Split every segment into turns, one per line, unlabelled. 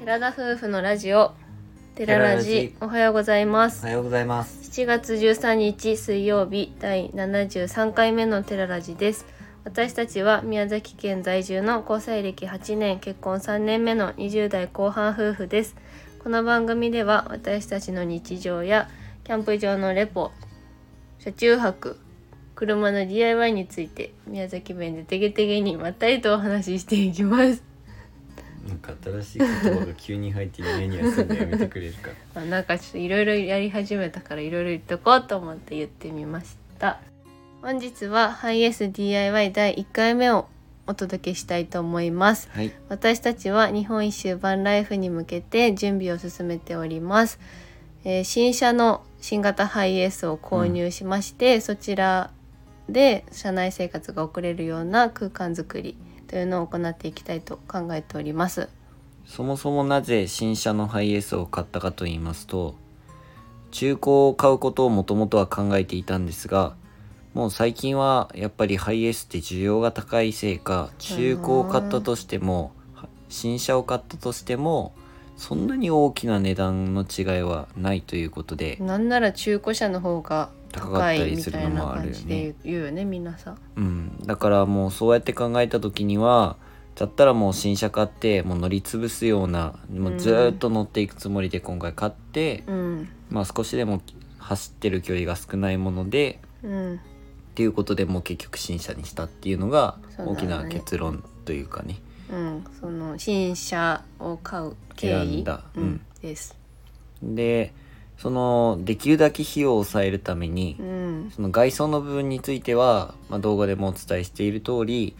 寺田夫婦のラジオ寺ラジ
寺ラジ
おはようございます
おはようございます
7月13日水曜日第73回目の寺ラジです私たちは宮崎県在住の交際歴8年結婚3年目の20代後半夫婦ですこの番組では私たちの日常やキャンプ場のレポ車中泊車の DIY について宮崎弁でてげてげにまったりとお話ししていきます
なんか新しい言葉が急に入って目に休んでやめてくれるか
まあなんかちょっといろいろやり始めたからいろいろ言っとこうと思って言ってみました本日はハイエース DIY 第1回目をお届けしたいと思います
はい
私たちは日本一周バンライフに向けて準備を進めております、えー新車の新型ハイエースを購入しまして、そちらで車内生活が送れるような空間づくりというのを行っていきたいと考えております
そもそもなぜ新車のハイエースを買ったかと言いますと中古を買うことをもともとは考えていたんですがもう最近はやっぱりハイエースって需要が高いせいか中古を買ったとしてもは新車を買ったとしてもそんなに大きな値段の違いはないということで、
なんなら中古車の方が
高かっ
高
た
い
り
み
す
た
る
い
の
な
もあるよね
感じで言うよね皆さん
うん、だからもうそうやって考えた時にはだったらもう新車買ってもう乗り潰すようなもうずーっと乗っていくつもりで今回買って、
うん
まあ少しでも走ってる距離が少ないもので
うん
っていうことでもう結局新車にしたっていうのが
そうだね
大きな結論というかね
うんその新車を買う経
選
緯
んだ
う
うんん、
です
でそのできるだけ費用を抑えるために、
うん
その外装の部分については、まあ、動画でもお伝えしている通り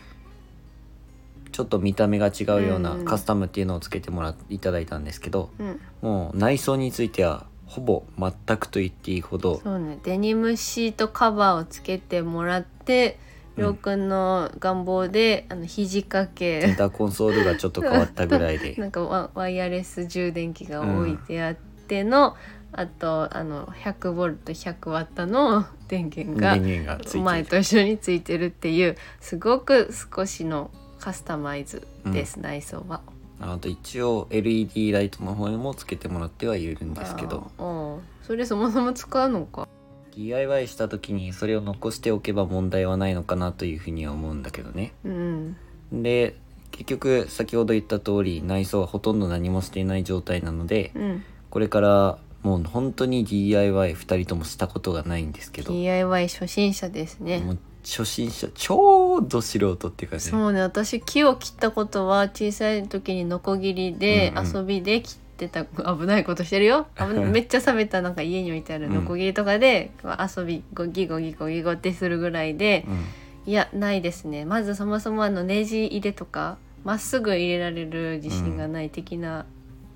ちょっと見た目が違うよう
う
なん
うん
カスタムっていうのをつけてもらいただいたんですけど、
うん
もう内装についてはほぼ全くと言っていいほど
そうねデニムシートカバーをつけてもらって
うん
りょうくんの願望で、あの肘掛
セン
け
ターコンソールがちょっと変わったぐらいで
なんかワワイヤレス充電器が置いてあっての、あとあの 100V100W の電源が
電源がついて
前
いる
と一緒についてるっていうすごく少しのカスタマイズです、内装は。
あと一応 LED ライトの方にもつけてもらってはいるんですけど
あーうんそれそもそも使うのか
DIY した時にそれを残しておけば問題はないのかなというふうには思うんだけどね。
うん
で結局先ほど言った通り内装はほとんど何もしていない状態なので
うん
これからもう本当に DIY2 人ともしたことがないんですけど、
DIY 初心者ですね
もう初心者ちょうど素人っていうかね
そうね私木を切ったことは小さい時にノコギリで
うんうん
遊びで切ってた、危ないことしてるよ危 ないめっちゃ冷めたなんか家に置いてあるノコギリとかで、こう遊びゴギゴギゴギゴってするぐらいで
うん
いやないですねまずそもそもあのネジ入れとかまっすぐ入れられる自信がない的な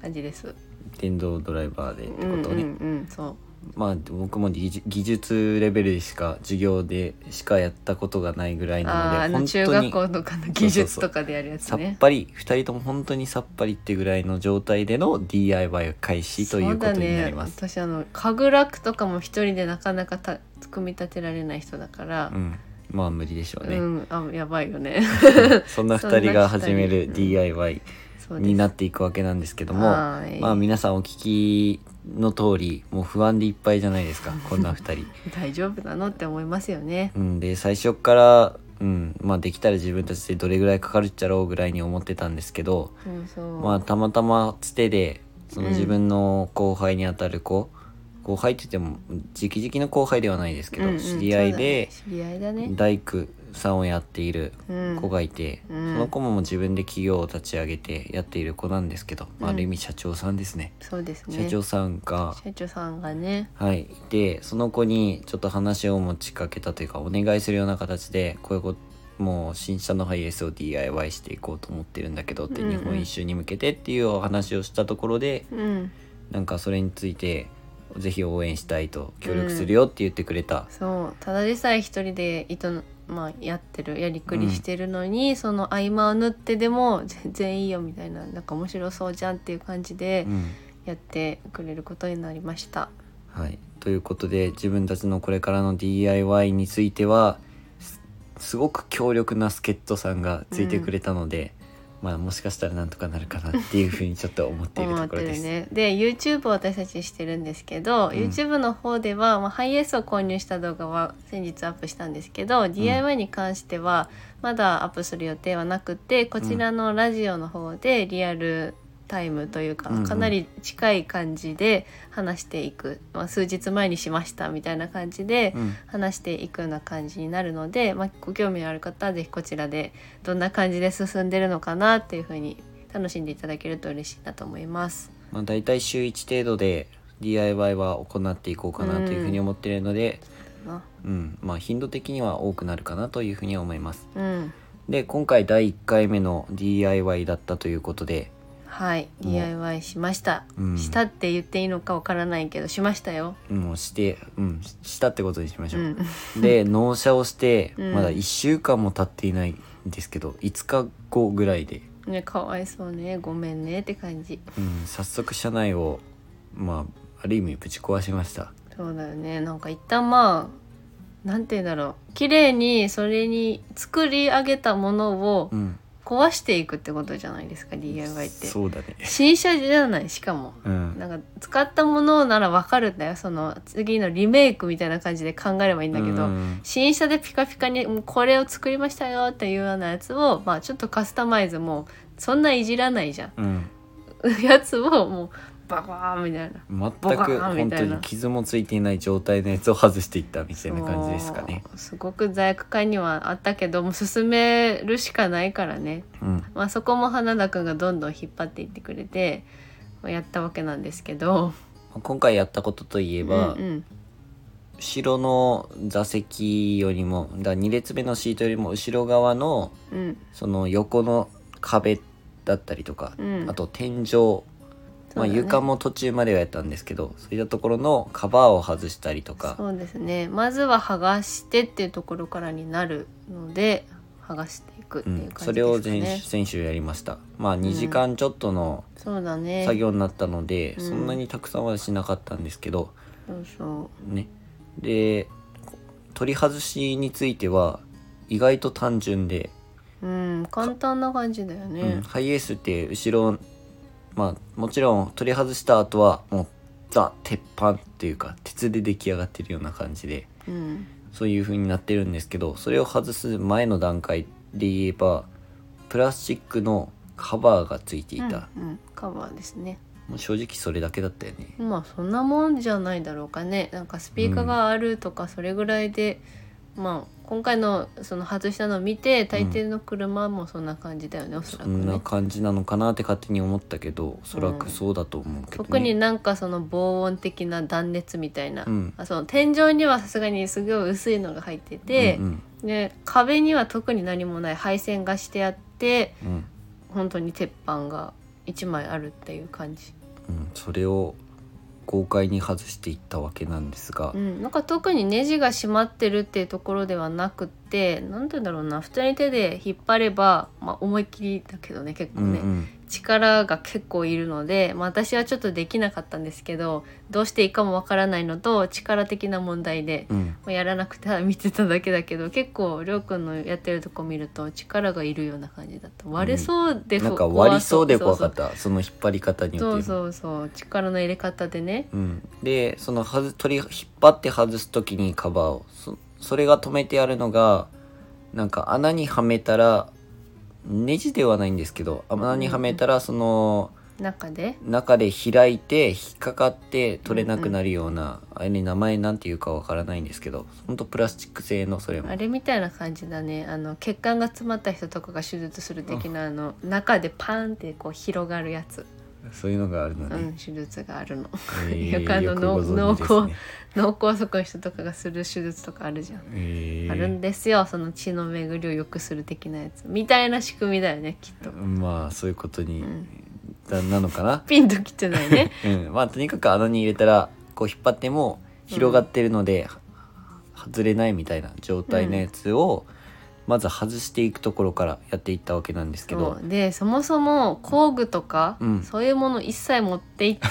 感じです、
電動ドライバーでって
う
こ
ん、うん
と
う
ね、
んうんそう
まあ僕も技術技術レベルでしか授業でしかやったことがないぐらい
あー
な
あ
の
の
で
中
本当
学
に
校とかの技術とかでやるやつ
さ
ね
っぱり2人とも本当にさっぱりってぐらいの状態での DIY 開始ということになります。
そうだね、私あの神楽とかも一人でなかなかた組み立てられない人だから
う、ん、まあ無理でしょう
う
ね、
んあやばいよね
そんな2人が始め
そん
る
な二人
DIY
そうです
になっていくわけなんですけども
はい
まあ皆さんお聞きの通りもう不安でいっぱいじゃないですかこんな2人。
大丈夫なのって思いますよね
うん、で最初っから、うんまあ、できたら自分たちでどれぐらいかかるっちゃろうぐらいに思ってたんですけど、
そうそう、
まあたまたまつてでその
うん
自分の後輩にあたる子、後輩って言っても直々の後輩ではないですけど、
うんうん
知り合いで
そうだね知り合いだね
大工さんをやっている
うん
子がいて、
うん
その子ももう自分で企業を立ち上げてやっている子なんですけど、ま
う
あ、あ
ん
る意味社長さんですね、
そうですね
社長さんが
社長さんがね
はいいてその子にちょっと話を持ちかけたというかお願いするような形でこういうこともう新車のハイエースを DIY していこうと思ってるんだけどって、
うんうん
日本一周に向けてっていうお話をしたところで
うん
なんかそれについてぜひ応援したいと協力するよって言ってくれた、
そうただでさえ一人で営むまあ、やってるやりくりしてるのに、その合間を縫ってでも全然いいよみたいななんか面白そうじゃんっていう感じで
うん
やってくれることになりました。
はい、ということで自分たちのこれからの DIY についてはすすごく強力な助っ人さんがついてくれたので、まあもしかしたらなんとかなるかなっていうふうにちょっと思っている
思
と
っ
こ
て
ろで
る
す。
ねで YouTube を私たちしてるんですけど、YouTube の方では、まあ、ハイエースを購入した動画は先日アップしたんですけど、DIY に関してはまだアップする予定はなくてこちらのラジオの方でリアルタイムというか、
うんうん
かなり近い感じで話していく、まあ、数日前にしましたみたいな感じで
うん、
話していくような感じになるので、まあ、ご興味のある方はぜひこちらでどんな感じで進んでるのかなっていう風に楽しんでいただけると嬉しいなと思います。
まあ大体週1程度で DIY は行っていこうかなというふうに思っているので、
な
うんまあ頻度的には多くなるかなというふうに思います。
うん、
で今回第1回目の DIY だったということで、
はい、
もう
DIY しました。
うん、
したって言っていいのかわからないけどしましたよ。
もうして、うん、ししたってことにしまし
う
ょう。
ん、
で納車をして
うん
まだ1週間も経っていないんですけど5日後ぐらいで、
ねかわいそうね、ごめんねって感じ。
うん、早速車内をまあある意味ぶち壊しました
そうだよね。なんか一旦まあなんて言うんだろう、綺麗にそれに作り上げたものを
うん
壊していくってことじゃないですか、DIY って。
そうだね
新車じゃないしかも
うん
なんか使ったものならわかるんだよその次のリメイクみたいな感じで考えればいいんだけど、
うん
新車でピカピカにもうこれを作りましたよっていうようなやつを、まあ、ちょっとカスタマイズもうそんないじらないじゃ
うん
ん やつをもうババーンみたいな
全
ボカ
く
ーン
本
みた
当
いな
に傷もついていない状態のやつを外していったみたいな感じですかね
そうすごく罪悪感にはあったけどもう進めるしかないからね
うん
まあ、そこも花田くんがどんどん引っ張っていってくれてまあやったわけなんですけど。
今回やったことといえば、
うんうん
後ろの座席よりもだ2列目のシートよりも後ろ側の
うん
その横の壁だったりとか、
うん
あと天井、ま
そ
あ、
うだね
床も途中まではやったんですけどそういったところのカバーを外したりとか
そうですねまずは剥がしてっていうところからになるので剥がしていくって
う
い
ん
う
そ
感じで
れを
すか
前
ね、
先週やりましたまあ2時間ちょっとの
そうだね
作業になったので、
うん
そんなにたくさんはしなかったんですけど
そうそ
ねでこ取り外しについては意外と単純で、
ううん簡単な感じだよ
うん
ね、
ハイエースって後ろまあもちろん取り外した後はもうザ鉄板っていうか鉄で出来上がってるような感じで
うん
そういう風になってるんですけどそれを外す前の段階で言えばプラスチックのカバーがついていた、
うんうんカバーですね
もう正直それだけだったよね
まあそんなもんじゃないだろうかねなんかスピーカーがあるとかそれぐらいで、まあ今回のその外したのを見て大抵の車もそんな感じだよね、おそら
そ
くね
んな感じなのかなって勝手に思ったけどおそらくそうだと思うけど、ね
特になんかその防音的な断熱みたいな、
うん
あその天井にはさすがにすごい薄いのが入ってて、
うん
で壁には特に何もない配線がしてあって
うんうん
本当に鉄板が1枚あるっていう感じ、
うんそれを豪快に外していったわけなんですが、
うん、なんか特にネジが締まってるっていうところではなくって何て言うんだろうな普通に手で引っ張れば、まあ、思いっきりだけどね結構
うん
ね、力が結構いるので、まあ、私はちょっとできなかったんですけどどうしていいかもわからないのと力的な問題で
うんうん
まあやらなくてただ見てただけだけど結構りょうくんのやってるとこ見ると力がいるような感じだった割れそうで
なんか
怖
割りそうで怖か
そう
ったその引っ張り方によっ
そ
て
うそうそう力の入れ方でね
うん、でそのはず取り引っ張って外す時にカバーをそそれが止めてあるのがなんか穴にはめたらネジではないんですけど穴にはめたらその
中で
中で開いて引っかかって取れなくなるような、あれに名前なんていうかわからないんですけどほんとプラスチック製のそれも
あれみたいな感じだねあの血管が詰まった人とかが手術する的なあの中でパーンってこう広がるやつ、
そういうのがあるの
う
ね、
ん、手術があるの
えー
よくあの
よくご存知です
濃厚
ね
脳梗塞の人とかがする手術とかあるじゃん
えー
あるんですよその血の巡りを良くする的なやつみたいな仕組みだよねきっと
まあそういうことに、
ん
だなのかな
ピンときてないね
うん、まあとにかく穴に入れたらこう引っ張っても広がってるので、は外れないみたいな状態のやつを、まず外していくところからやっていったわけなんですけど
そうでそもそも工具とか、
うん
そういうもの一切持って行って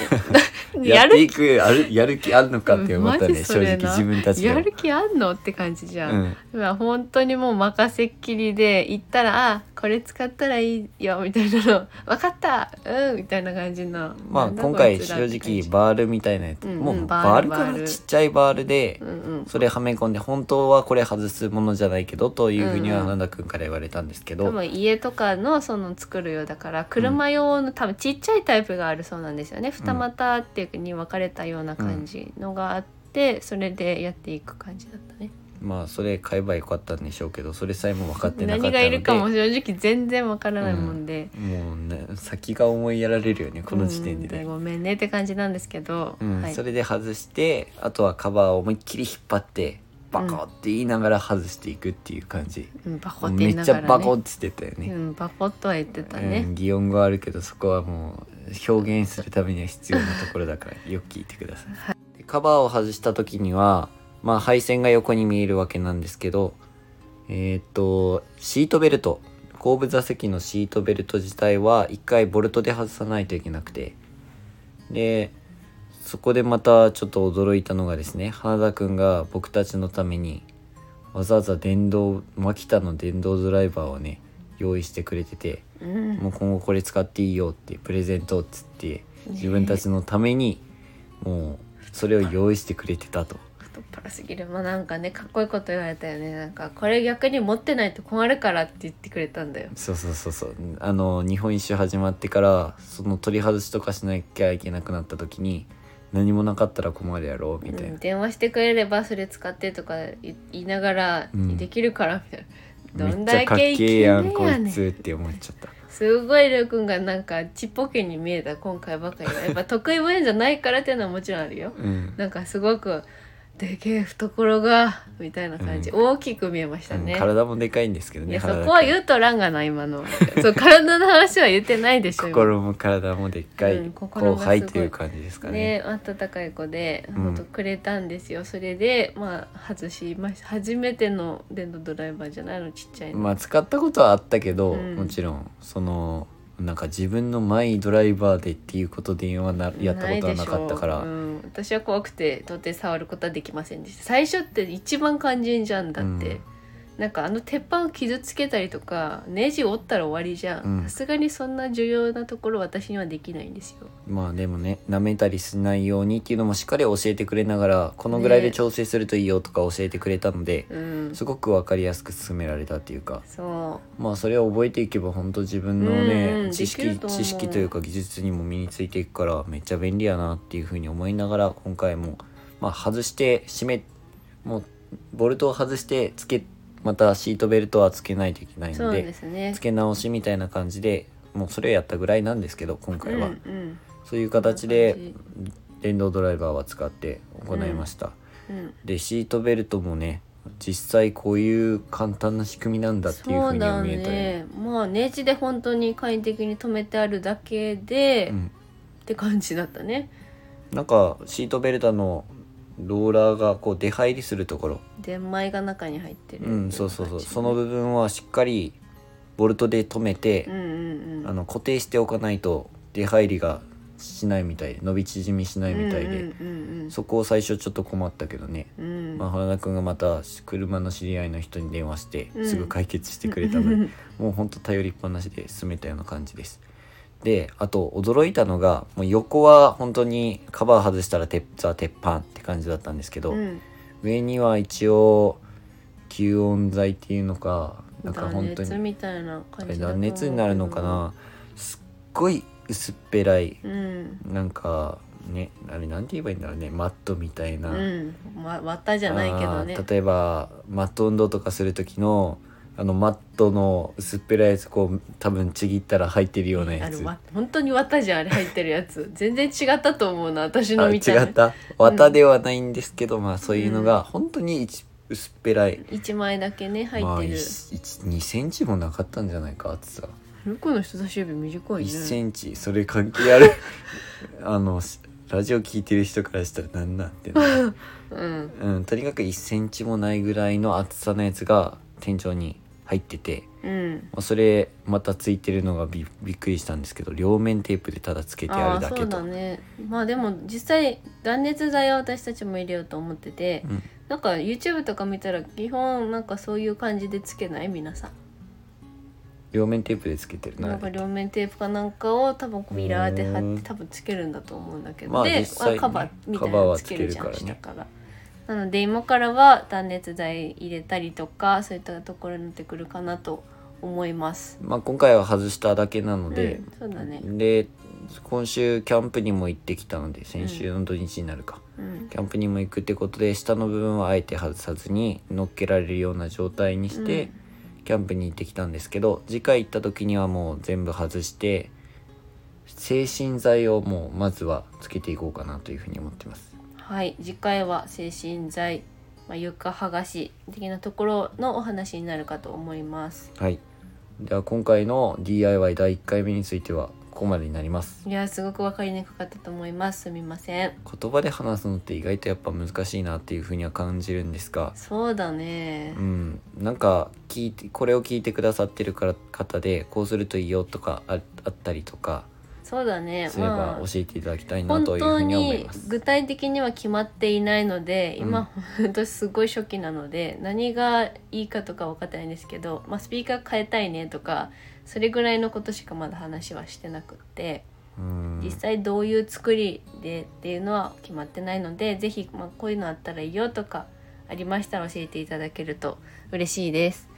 や
や
って
る
いくあるやる気あんのかって思った
うん
ね
マジそ
正
れ
直
な
自分たちで
や
も
る気あんのって感じじゃん
う、ん
まあ本当にもう任せっきりで行ったら「あこれ使ったらいいよ」みたいなの 「分かったうん」みたいな感じの
まあ
なんだ
今回
こいつ
正
らって感
直
じ
バールみたいなやつ、
うんうん
もう
バー
バー
ル
ルか
バー
ら
ル
ちっちゃいバールで
うんうん
それはめ込んで本当はこれ外すものじゃないけどというふうに
うん
は
うん
なんだくんから言われたんですけど、
多分家とかのその作るようだから車用の多分ちっちゃいタイプがあるそうなんですよね二股っていうに分かれたような感じのがあってそれでやっていく感じだったね
まあそれ買えばよかったんでしょうけどそれさえも分かってなかった
何
ので
がいるかも正直全然分からないもんで
もうね先が思いやられるよねこの時点で
うん
ね、
ごめんねって感じなんですけど
うん
はい
それで外してあとはカバーを思いっきり引っ張ってバコって言いながら外していくっていう感じ、
うんバコって
め
言い
っ
な
ち
がら
ゃバ
ね
コって言ってたよね、
うん、バコッとは言ってた
う
ね
ん、。擬音語あるけどそこはもう表現するためには必要なところだから よく聞いてください、でカバーを外した時にはまあ配線が横に見えるわけなんですけどえーっとシートベルト後部座席のシートベルト自体は一回ボルトで外さないといけなくてでそこでまたちょっと驚いたのがですね花田くんが僕たちのためにわざわざ電動マキタの電動ドライバーをね用意してくれてて
うん
もう今後これ使っていいよってプレゼントっつって自分たちのためにもうそれを用意してくれてたと
太っ腹すぎるまあなんかねかっこいいこと言われたよねなんかこれ逆に持ってないと困るからって言ってくれたんだよ
そうそうそうそうあの日本一周始まってからその取り外しとかしなきゃいけなくなった時に何もなかったら困るやろみたいな、
うん電話してくれればそれ使ってとか言いながら
うん
できるからみたいな、どん
めっち
だ
ゃかっ
け生
け
き
えやんこ
や
い
ねん
つって思っちゃった
すごいりょうくんがなんかちっぽけに見えた今回ばかりはやっぱ得意分野じゃないからっていうのはもちろんあるよ
うん、
なんかすごくでけえ懐がみたいな感じ、
う
大きく見えましたね、
うん体もでかいんですけど
い
ね
やそ
原田
こは
君
言うとらんがな今のはそう体の話は言ってないでしょ今
心も体もでっかい、
うん心
後
がすごい
輩という感じですか
ね
ね
温かい子で
うん
本当くれたんですよ、それでまあ外しました初めての電動ドライバーじゃないのちっちゃいの、
まあ使ったことはあったけど、
うん
もちろんそのなんか自分のマイドライバーでっていうことではなやったことはなかったか
な
ら、
いでしょううん、私は怖くて到底触ることはできませんでした最初って一番肝心じゃんだって、
うん
なんかあの鉄板を傷つけたりとかネジ折ったら終わりじゃ
うん
んさすがにそんな重要なところ私にはできないんですよ
まあでもね舐めたりしないようにっていうのもしっかり教えてくれながらこのぐらいで調整するといいよとか教えてくれたので、
うん
すごく分かりやすく進められたっていうか
そう
まあそれを覚えていけば本当自分のね、
うんうん
知
でき
識
ると思う
知識というか技術にも身についていくからめっちゃ便利やなっていうふうに思いながら今回も、まあ、外して締めもうボルトを外してつけまたシートベルトはつけないといけない
そ
の
う
で
ですね
つけ直しみたいな感じでもうそれをやったぐらいなんですけど今回は、
うんうん
そういう形で
こんな感
電動ドライバーは使って行いました。
うん
でシートベルトもね実際こういう簡単な仕組みなんだっていうふ
そうう
には
だ
見えたよね。
ねまあネジで本当に簡易的に止めてあるだけで、
うん
って感じだったね
なんかシートベルトのローラーがこう出入りするところ、
で米が中に入ってる
うん、そうそうそうその
分
部分はしっかりボルトで留めて
うん、うんうん
あの固定しておかないと出入りがしないみたい伸び縮みしないみたいで、
うんうんうん
そこを最初ちょっと困ったけどね、
うん
まあ、原田君がまた車の知り合いの人に電話して
うん
すぐ解決してくれたので、もうほんと頼りっぱなしで進めたような感じです。であと驚いたのがもう横は本当にカバー外したら鉄ザ鉄板って感じだったんですけど、
うん
上には一応吸音材っていうのかなんか本
断
当
熱
に
みたいな
あ
感
れ
じだと
断
思う
熱になるのかなすっごい薄っぺらい
うん
なんかねあれなんて言えばいいんだろうねマットみたいな、
うん、ま、割ったじゃないけどね
あー例えばマット運動とかする時のあのマットの薄っぺらいやつこう多分ちぎったら入ってるようなや
あ
つ
れわ本当に割ったじゃんあれ入ってるや つ全然違ったと思うな私の
あ違
見た目
った綿ではないんですけど、まあそういうのが本当に一薄っぺらい、
一枚だけね入
まあ
ってる、
2センチもなかったんじゃないか厚さ
ルコの人差し指短いね
1センチそれ関係ある あのラジオ聞いてる人からしたらなんなんてな る
うん
うんとにかく1センチもないぐらいの厚さのやつが天井に入ってて、
うん
まあ、それまたついてるのがびびっくりしたんですけど両面テープでただつけてあ
あ
る
あ
だ
そ
け
う
と
だねまあでも実際断熱材は私たちも入れようと思ってて、
うん
なんか YouTube とか見たら基本なんかそういう感じでつけない皆さん
両面テープでつけてる
な
なん
か両面テープかなんかを多分こうミラーで
う
貼っ
ん
て多分つけるんだと思うんだけど、
まあ
で
実際ね
カバーみたいな
カバー
の
は
つけるじゃん
つけるからね
下から。なので今からは断熱材入れたりとかそういったところになってくるかなと思います。
まあ、今回は外しただけなので、
うん、そうだね、
で今週キャンプにも行ってきたので先週の土日になるか、
うん
キャンプにも行くってことで下の部分はあえて外さずに乗っけられるような状態にして、キャンプに行ってきたんですけど次回行った時にはもう全部外して精神剤をもうまずはつけていこうかなというふうに思ってます
はい次回は精神剤、まあ、床剥がし的なところのお話になるかと思います。
はいでは今回の DIY 第1回目についてはここまでになります
いやすごく分かりにくかったと思いますすみません。
言葉で話すのって意外とやっぱ難しいなっていうふうには感じるんですが
そうだね
う。ん、なんか聞いてこれを聞いてくださってるから方でこうするといいよとかああったりとか
そうだね。
すれ
まあ
ば教えていただきたいな
本
というふ
当
うには思い
に
ます。
具体的には決まっていないので今、本当すごい初期なので何がいいかとか分かってないんですけど、まあ、スピーカー変えたいねとかそれぐらいのことしかまだ話はしてなくって、
うん
実際どういう作りでっていうのは決まってないので是非、まあ、こういうのあったらいいよとかありましたら教えていただけると嬉しいです。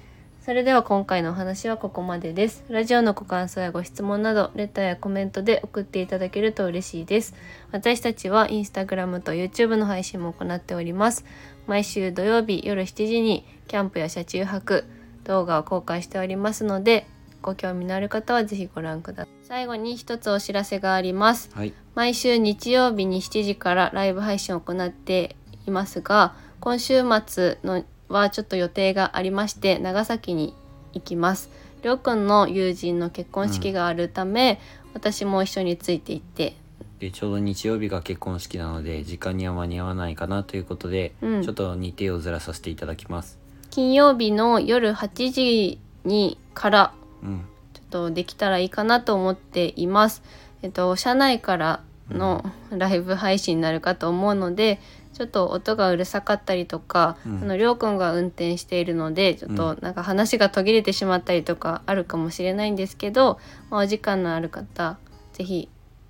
それでは今回のお話はここまでです。ラジオのご感想やご質問など、レターやコメントで送っていただけると嬉しいです。私たちはインスタグラムと YouTube の配信も行っております。毎週土曜日夜7時にキャンプや車中泊動画を公開しておりますので、ご興味のある方はぜひご覧ください。最後に一つお知らせがあります。
はい、
毎週日曜日に7時からライブ配信を行っていますが今週末のはちょっと予定がありまして長崎に行きますりょうくんの友人の結婚式があるため、私も一緒について行って
でちょうど日曜日が結婚式なので時間には間に合わないかなということで、
うん
ちょっと日程をずらさせていただきます。
金曜日の夜8時にから
うん、
ちょっとできたらいいかなと思っています。えっと、社内からのライブ配信になるかと思うので、ちょっと音がうるさかったりとか、
うん
あのりょうくんが運転しているのでちょっとなんか話が途切れてしまったりとかあるかもしれないんですけど、まあ、お時間のある方是非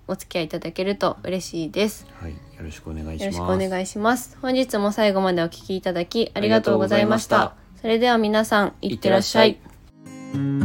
お付き合いいただけると嬉しいです。
はい、よろしくお願い
よ
しま
ろ
す。
しくお願いします。本日も最後までお聞きいただきありがとうございました。
ありがとうございま
それでは皆さん、いってらっしゃい。
いってらっしゃい